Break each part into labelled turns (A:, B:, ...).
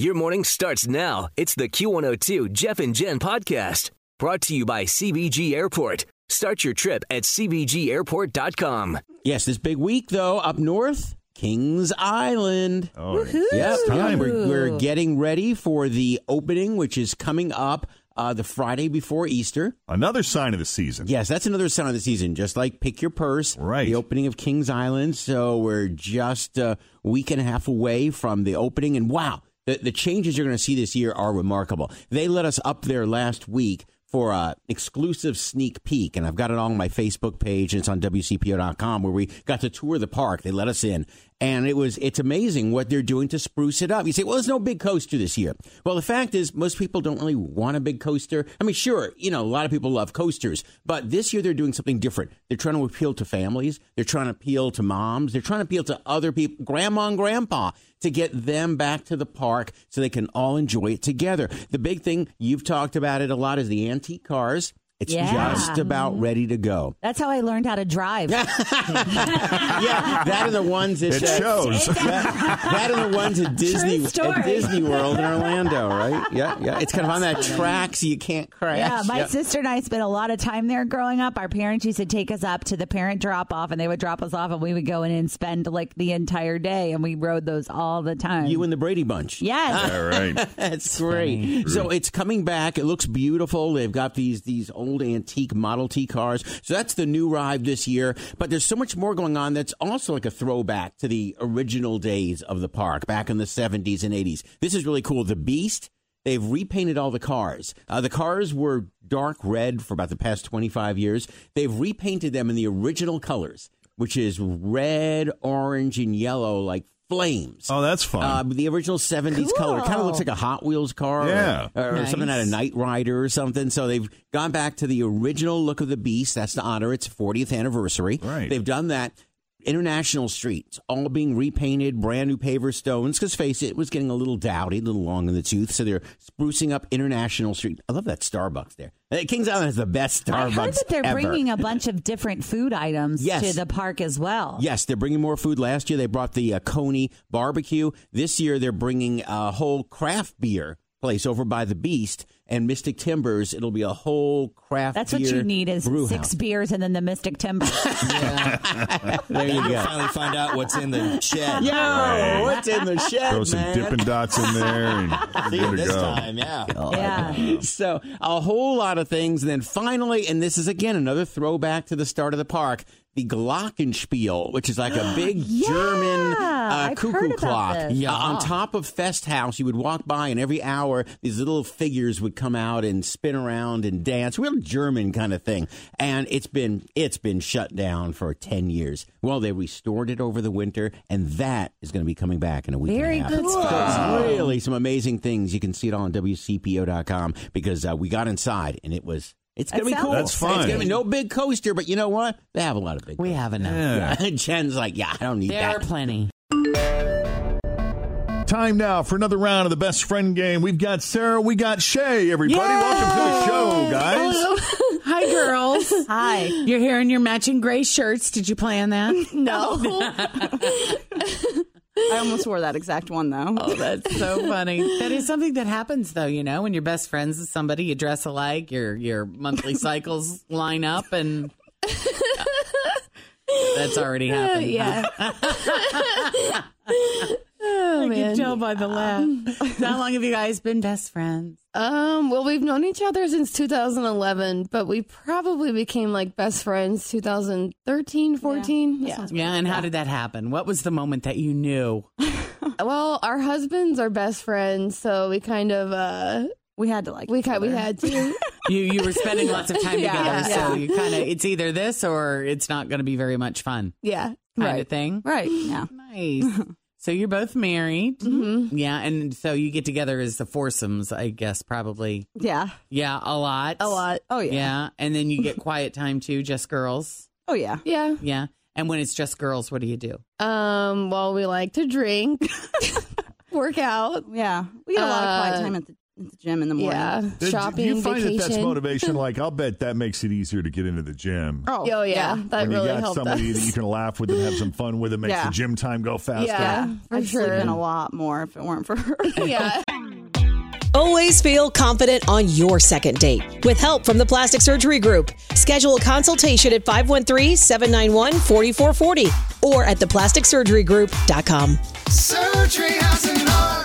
A: Your morning starts now. It's the Q102 Jeff and Jen podcast brought to you by CBG Airport. Start your trip at CBGAirport.com.
B: Yes, this big week though up north, Kings Island.
C: Oh,
B: Yep,
C: it's
B: yeah,
C: time.
B: we're, we're getting ready for the opening, which is coming up uh, the Friday before Easter.
C: Another sign of the season.
B: Yes, that's another sign of the season. Just like pick your purse,
C: Right.
B: The opening of Kings Island. So we're just a week and a half away from the opening, and wow, the, the changes you're going to see this year are remarkable. They let us up there last week for a exclusive sneak peek, and I've got it on my Facebook page, and it's on WCPO.com where we got to tour the park. They let us in, and it was it's amazing what they're doing to spruce it up. You say, well, there's no big coaster this year. Well, the fact is, most people don't really want a big coaster. I mean, sure, you know, a lot of people love coasters, but this year they're doing something different. They're trying to appeal to families. They're trying to appeal to moms. They're trying to appeal to other people, grandma and grandpa, to get them back to the park so they can all enjoy it together. The big thing you've talked about it a lot is the antique cars. It's
D: Yeah.
B: just about ready to go.
D: That's how I learned how to drive.
B: yeah, that are the ones that
C: It
B: uh,
C: shows.
B: that, that are the ones at Disney
D: True story.
B: at Disney World in Orlando, right? Yeah, yeah. It's kind of on that track, so you can't crash.
D: Yeah, my
B: Yeah.
D: sister and I spent a lot of time there growing up. Our parents used to take us up to the parent drop off, and they would drop us off, and we would go in and spend like the entire day, and we rode those all the time.
B: you and the Brady Bunch.
D: yes,
C: All right.
B: That's great. So it's coming back. It looks beautiful. They've got these these old antique Model T cars. So that's the new ride this year. But there's so much more going on that's also like a throwback to the original days of the park back in the 70s and 80s. This is really cool. The Beast. They've repainted all the cars. Uh, the cars were dark red for about the past 25 years. They've repainted them in the original colors, which is red, orange, and yellow, like flames.
C: Oh, that's fun.
B: Uh, the original 70s color. It kind of looks like a Hot Wheels car or-
C: Yeah.
B: or,
D: Nice.
B: something out of Knight Rider or something. So they've gone back to the original look of the Beast. That's to honor its 40th anniversary.
C: Right.
B: They've done that. International streets, all being repainted, brand new paver stones. Because face it, it was getting a little dowdy, a little long in the tooth. So they're sprucing up International Street. I love that Starbucks there. Uh, Kings Island has the best Starbucks
D: I heard that they're
B: ever.
D: bringing a bunch of different food items
B: Yes.
D: to the park as well.
B: Yes, they're bringing more food. Last year they brought the uh, Coney barbecue. This year they're bringing a whole craft beer place over by the Beast and Mystic Timbers. It'll be a whole craft.
D: That's
B: beer
D: what you need is
B: brew
D: six
B: house.
D: beers and then the Mystic Timber.
B: There you
E: You'll
B: go.
E: finally find out what's in the shed.
B: Yo,
C: Right.
B: what's in the shed,
C: Throw some
B: man?
C: Dippin' Dots in there and
E: See
C: you're
E: you
C: good to
E: this
C: go.
E: time, yeah.
B: Oh,
D: yeah.
B: so a whole lot of things. And then finally, and this is again another throwback to the start of the park, the Glockenspiel, which is like a big German uh,
D: I've
B: cuckoo
D: heard about
B: clock.
D: this.
B: Uh,
F: Uh-huh.
B: on top of Festhaus, you would walk by, and every hour these little figures would come out and spin around and dance. Real German kind of thing. And it's been it's been shut down for ten years. Well, they restored it over the winter, and that is going to be coming back in a week. and a
D: Very
B: half.
D: good
B: So
D: stuff.
B: it's really some amazing things. You can see it all on WCPO.com because uh, we got inside and it was. It's gonna
D: That
B: be
D: sounds
B: cool.
C: That's fun.
B: It's gonna be no big coaster, but you know what? They have a lot of big.
F: We have enough.
B: Yeah. Jen's like, yeah, I don't need
F: There are
B: that.
F: plenty.
C: Time now for another round of the best friend game. We've got Sarah, we got Shay, everybody. Welcome to the show, guys.
F: Hi, girls.
D: Hi.
F: You're here in your matching gray shirts. Did you plan that?
G: No. I almost wore that exact one though.
F: Oh, that's so funny. That is something that happens, though. You know, when you're best friends with somebody, you dress alike. Your your monthly cycles line up, and Uh, that's already happened.
G: yeah.
F: I
H: man.
F: can tell by the laugh. How long have you guys been best friends?
H: Um, well, we've known each other since 2011, but we probably became like best friends 2013, 14. Yeah.
F: Yeah, and how did that happen? What was the moment that you knew?
H: well, our husbands are best friends, so we kind of uh
D: we had to like
H: we kind we had to.
F: You you were spending lots of time
H: Yeah,
F: together, so
H: yeah.
F: you kind of it's either this or it's not going to be very much fun.
H: yeah.
F: kind
H: Right.
F: of thing.
H: Right. Yeah.
F: Nice. so you're both married.
G: Mm-hmm.
H: Mhm.
F: Yeah, and so you get together as the foursomes, I guess, probably.
G: Yeah.
F: Yeah, a lot.
G: A
D: Uh,
G: lot. Oh, yeah.
F: Yeah, and then you get quiet time too, just girls.
G: Oh, yeah.
H: Yeah.
F: Yeah. And when it's just girls, what do you do?
H: Um, well, we like to drink, work out.
G: Yeah. We get a lot of quiet
H: Uh,
G: time at the, at the gym in the morning.
H: Yeah.
C: Did-
H: Shopping,
C: you find
H: vacation.
C: that that's motivation? Like, I'll bet that makes it easier to get into the gym.
H: Oh, yeah. That
C: when
H: really
C: you got
H: helped
C: somebody that
H: us.
C: you can laugh with and have some fun with, it makes
H: Yeah.
C: the gym time go faster.
H: Yeah, for
G: I'd
H: sure.
G: sleep in a lot more if it weren't for her.
H: yeah.
I: Always feel confident on your second date with help from the Plastic Surgery Group. Schedule a consultation at 513-791-4440 or at theplasticsurgerygroup.com.
J: Surgery has an art.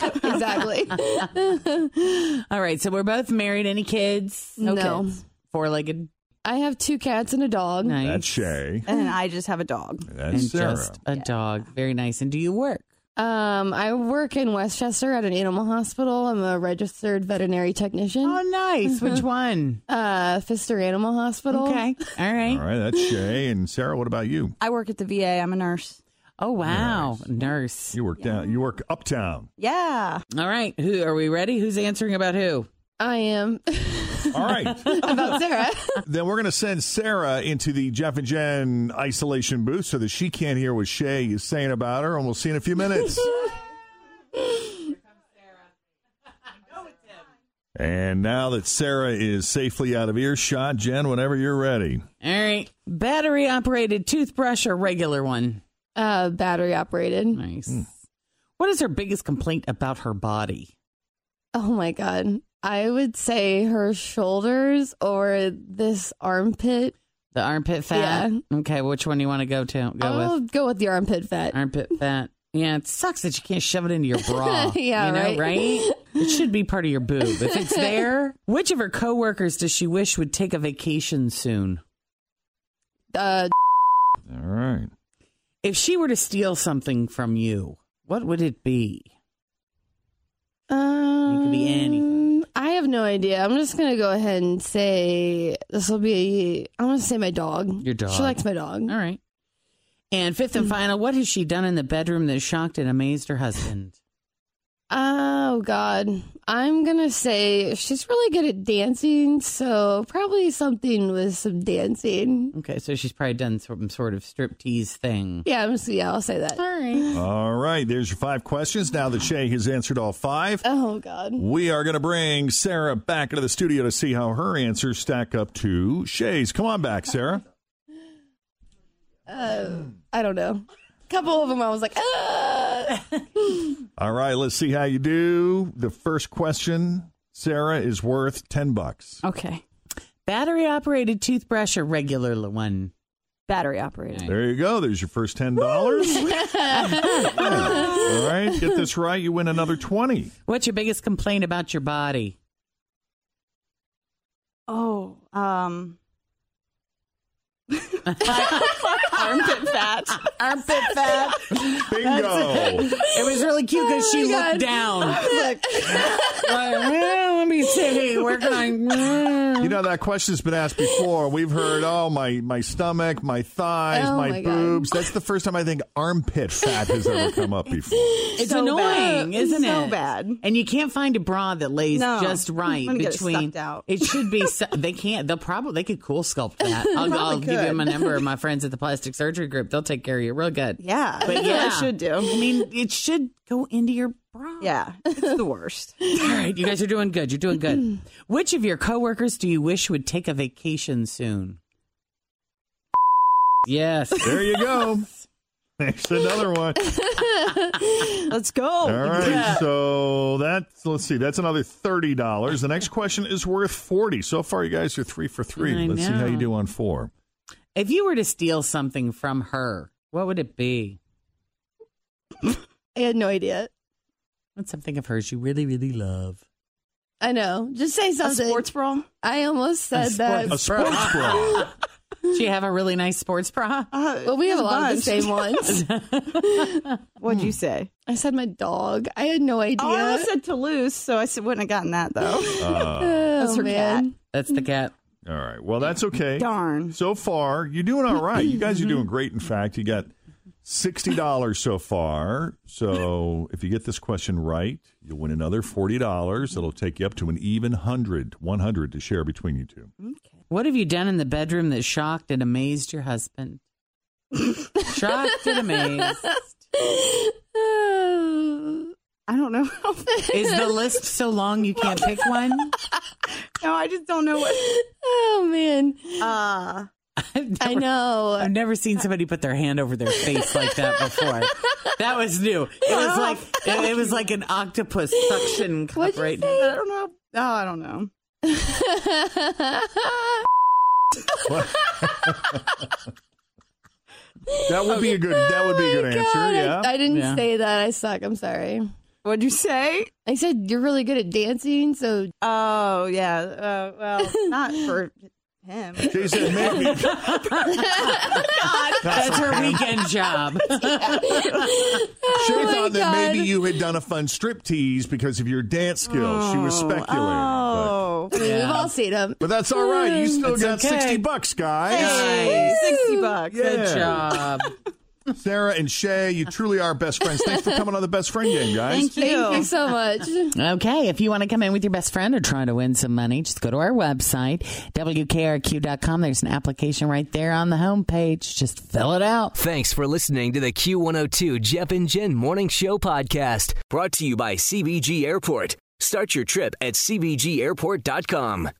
H: exactly.
F: All right, so we're both married. Any kids?
H: No.
F: Four legged.
H: I have two cats and a dog.
F: Nice.
C: That's Shay.
G: and I just have a dog.
C: That's
F: and
C: Sarah.
F: just a dog. Very nice. And do you work?
H: Um, I work in Westchester at an animal hospital. I'm a registered veterinary technician. Oh,
F: nice. Which one?
H: Uh, Fister Animal Hospital.
F: Okay. All right.
C: All right, that's Shay. And Sarah, what about you?
G: I work at the VA. I'm a nurse.
F: Oh wow, nurse.
C: You work down. You work uptown.
G: Yeah.
F: All right. Who are we ready? Who's answering about who?
H: I am.
C: All right.
H: About Sarah.
C: then we're going to send Sarah into the Jeff and Jen isolation booth so that she can't hear what Shay is saying about her. And we'll see in a few minutes. and now that Sarah is safely out of earshot, Jen, whenever you're ready.
F: All right. Battery operated toothbrush or regular one?
H: Uh, battery operated.
F: Nice.
C: Hmm.
F: What is her biggest complaint about her body?
H: Oh my god. I would say her shoulders or this armpit.
F: The armpit fat. Okay, which one do you want to go to? Go with
H: I'll go with the armpit fat.
F: armpit fat. Yeah, it sucks that you can't shove it into your bra.
H: Yeah,
F: you know,
H: right.
F: It should be part of your boob if it's there. Which of her coworkers does she wish would take a vacation soon?
H: Uh,
C: All right.
F: If she were to steal something from you, what would it be?
H: Um, it
F: could be
H: anything. I have no idea. I'm just gonna go ahead and say this will be. I'm gonna say my dog.
F: Your dog.
H: She likes my dog.
F: All right. And fifth and final, what has she done in the bedroom that shocked and amazed her husband?
H: Oh God, I'm gonna say she's really good at dancing, so probably something with some dancing.
F: Okay, so she's probably done some sort of striptease thing.
H: Yeah, I'm, yeah, I'll say that. All
F: right.
C: All right. There's your five questions. Now that Shay has answered all five,
H: Oh God.
C: we are going to bring Sarah back into the studio to see how her answers stack up to Shay's. Come on back, Sarah.
H: Uh, I don't know. A couple of them, I was like, ah!
C: All right, let's see how you do. The first question, Sarah, is worth 10 bucks.
G: Okay.
F: Battery operated toothbrush or regular l- one?
G: Battery operated.
C: There you go. There's your first $10. All right, get this right, you win another 20.
F: What's your biggest complaint about your body?
G: Oh. Um. armpit fat.
F: Armpit fat.
C: Bingo.
F: It was really cute because she
H: my
F: looked
H: God.
F: down. Like, well, let me see. Working on.
C: You know that question's been asked before. We've heard, "Oh, my my stomach, my thighs,
H: Oh,
C: my,
H: my God.
C: boobs." That's the first time I think armpit fat has ever come up before.
F: It's
G: So
F: annoying,
G: bad.
F: isn't it?
G: So bad.
F: And you can't find a bra that lays
G: No.
F: just right
G: Let me get it
F: between.
G: sucked out.
F: It should be. su- they can't. They'll probably. They could cool sculpt that. I'll, I'll give you
G: could.
F: my number. My friends at the Plastic plastic surgery group. They'll take care of you real good.
G: Yeah,
F: But
G: but
F: yeah.
G: yeah, I should do. I mean,
F: it should go into your bra.
G: Yeah, it's the worst.
F: All right, you guys are doing good. You're doing good. Which of your coworkers do you wish would take a vacation soon? Yes.
C: There you go. There's another one.
G: Let's go.
H: Oh,
C: All right. So that's let's see. That's another thirty dollars. The next question is worth forty. So far, you guys are three for three.
F: I
C: let's see how you
F: know.
C: do on four.
F: If you were to steal something from her, what would it be?
H: I had no idea.
F: What's something of hers you really, really love?
H: I know. Just say something. sports
G: bra.
H: I almost said that.
C: bra.
F: Do you have a really nice sports bra?
G: Uh,
H: Well, we have a lot of the same ones.
G: What'd you say?
H: I said my dog. I had no idea.
G: Oh, I almost said Toulouse, so I s- wouldn't have gotten that though.
C: Uh,
G: That's her
H: Oh, man.
F: That's the cat.
C: All right. Well, that's okay.
G: Darn.
C: So far, you're doing all right. You guys are doing great. In fact, you got sixty dollars so far. So if you get this question right, you'll win another forty dollars. It'll take you up to an even hundred, one hundred to share between you two.
F: What have you done in the bedroom that shocked and amazed your husband? shocked and amazed.
G: I don't know. How
F: Is the list so long you can't pick one?
G: No, I just don't know what.
H: Oh man.
G: Uh,
H: I know.
F: I've never seen somebody put their hand over their face like that before. That was new. It was like it, it was like an octopus suction cup right now.
G: I don't know. Oh, I don't know.
C: That would be a good. That would be a good
H: Oh, God,
C: answer.
H: I-
C: Yeah.
H: I, didn't say that. I suck. I'm sorry.
G: What'd you say?
H: I said you're really good at dancing, so
G: Oh yeah. Uh, well, not for him.
C: She said maybe.
F: That's her weekend job.
C: She
H: my
C: thought that
H: God.
C: maybe you had done a fun strip tease because of your dance skills. she was speculating. but-
G: Oh,
H: I mean, we've all seen them.
C: But, that's all right. You still
F: It's
C: got
F: okay.
C: 60 bucks, guys.
G: hey, sixty bucks.
C: Yeah.
F: Good job.
C: Sarah and Shay, you truly are best friends. Thanks for coming on the best friend game, guys.
G: Thank you.
H: Thank you so much.
F: Okay, if you want to come in with your best friend or trying to win some money, just go to our website, wkrq.com. There's an application right there on the homepage. Just fill it out.
A: Thanks for listening to the Q102 Jeff and Jen Morning Show podcast, brought to you by CBG Airport. Start your trip at CBGAirport.com.